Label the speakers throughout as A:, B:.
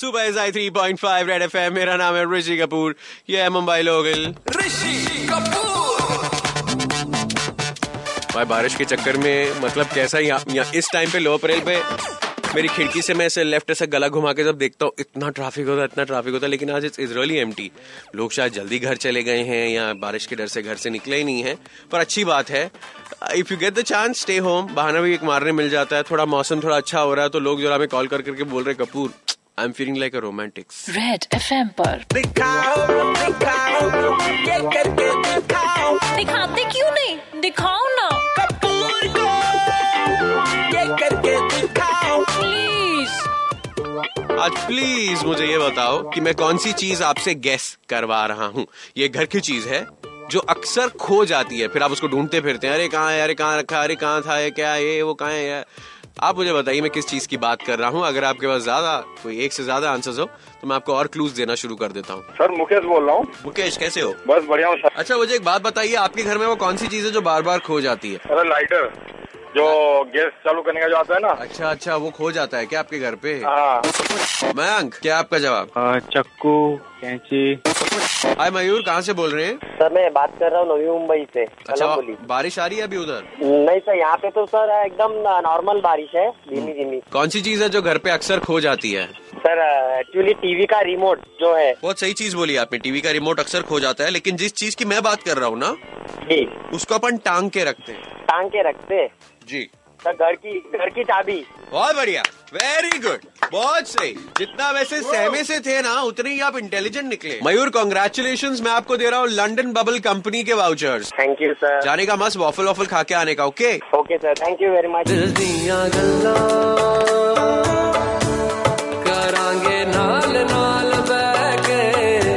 A: सुबह is I three point five Red F मेरा नाम है ऋषि कपूर ये है मुंबई लोकल
B: ऋषि कपूर
A: भाई बारिश के चक्कर में मतलब कैसा यहाँ यहाँ इस टाइम पे लोअर परेल पे मेरी खिड़की से मैं ऐसे लेफ्ट ऐसा गला घुमा के जब देखता हूँ इतना ट्रैफिक होता है इतना ट्रैफिक होता है लेकिन आज इट्स रियली एम्प्टी लोग शायद जल्दी घर चले गए हैं या बारिश के डर से घर से निकले ही नहीं हैं पर अच्छी बात है if you get the chance stay home बहाना भी एक मारने मिल जाता है थोड़ा मौसम थोड़ा अच्छा हो रहा है तो लोग जरा हमें कॉल कर करके बोल रहे Kapoor I am feeling like a romantics
C: red FM पर
B: दिखाओ दिखाओ ये करके दिखाओ
C: दिखाते क्यों नहीं दिखाओ ना
B: कपूर को ये करके दिखाओ
C: प्लीज
A: आज प्लीज मुझे ये बताओ कि मैं कौन सी चीज आपसे गैस करवा रहा हूँ ये घर की चीज है जो अक्सर खो जाती है फिर आप उसको ढूंढते फिरते हैं अरे कहाँ है अरे कहाँ रखा है, अरे कहाँ था ये क्या है, ये वो कहाँ है यार आप मुझे बताइए मैं किस चीज की बात कर रहा हूँ अगर आपके पास ज्यादा कोई एक से ज्यादा आंसर्स हो तो मैं आपको और क्लूज देना शुरू कर देता हूँ
D: सर मुकेश बोल रहा हूँ
A: मुकेश कैसे हो
D: बस बढ़िया हूँ सर
A: अच्छा मुझे एक बात बताइए आपके घर में वो कौन सी चीज है जो बार बार खो जाती है
D: अरे लाइटर जो गैस चालू करने का जो आता है ना
A: अच्छा अच्छा वो खो जाता है क्या आपके घर पे
D: हाँ
A: मयंक क्या आपका जवाब
E: चक्कू कैंची
A: हाय मयूर कहाँ से बोल रहे हैं
F: सर मैं बात कर रहा हूँ नवी मुंबई से
A: अच्छा
F: कलम्बोली
A: बारिश आ रही है अभी उधर
F: नहीं सर यहाँ पे तो सर एकदम नॉर्मल बारिश है धीमी धीमी
A: कौन सी चीज है जो घर पे अक्सर खो जाती है
F: सर एक्चुअली टीवी का रिमोट जो है
A: बहुत सही चीज बोली आपने टीवी का रिमोट अक्सर खो जाता है लेकिन जिस चीज की मैं बात कर रहा हूँ ना
F: जी
A: उसको अपन टांग के रखते हैं
F: टांग के रखते
A: जी
F: सर घर की घर की चाबी
A: बहुत बढ़िया वेरी गुड बहुत सही जितना वैसे सहमे से थे ना उतने ही आप इंटेलिजेंट निकले मयूर कॉन्ग्रेचुलेशन मैं आपको दे रहा हूँ लंडन बबल कंपनी के वाउचर्स
F: थैंक यू सर
A: जाने का मस्त वॉफल वॉफल खा के आने का okay
F: okay sir thank you very much
B: ਕਰਾਂਗੇ ਨਾਲ ਨਾਲ ਬਹਿ ਕੇ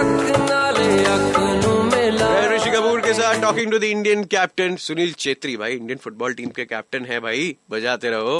B: ਅੱਖ ਨਾਲ ਅੱਖ ਨੂੰ ਮਿਲਾ
A: मैं ऋषि कपूर के साथ talking to the Indian captain Sunil Chhetri भाई इंडियन फुटबॉल टीम के कैप्टन है भाई बजाते रहो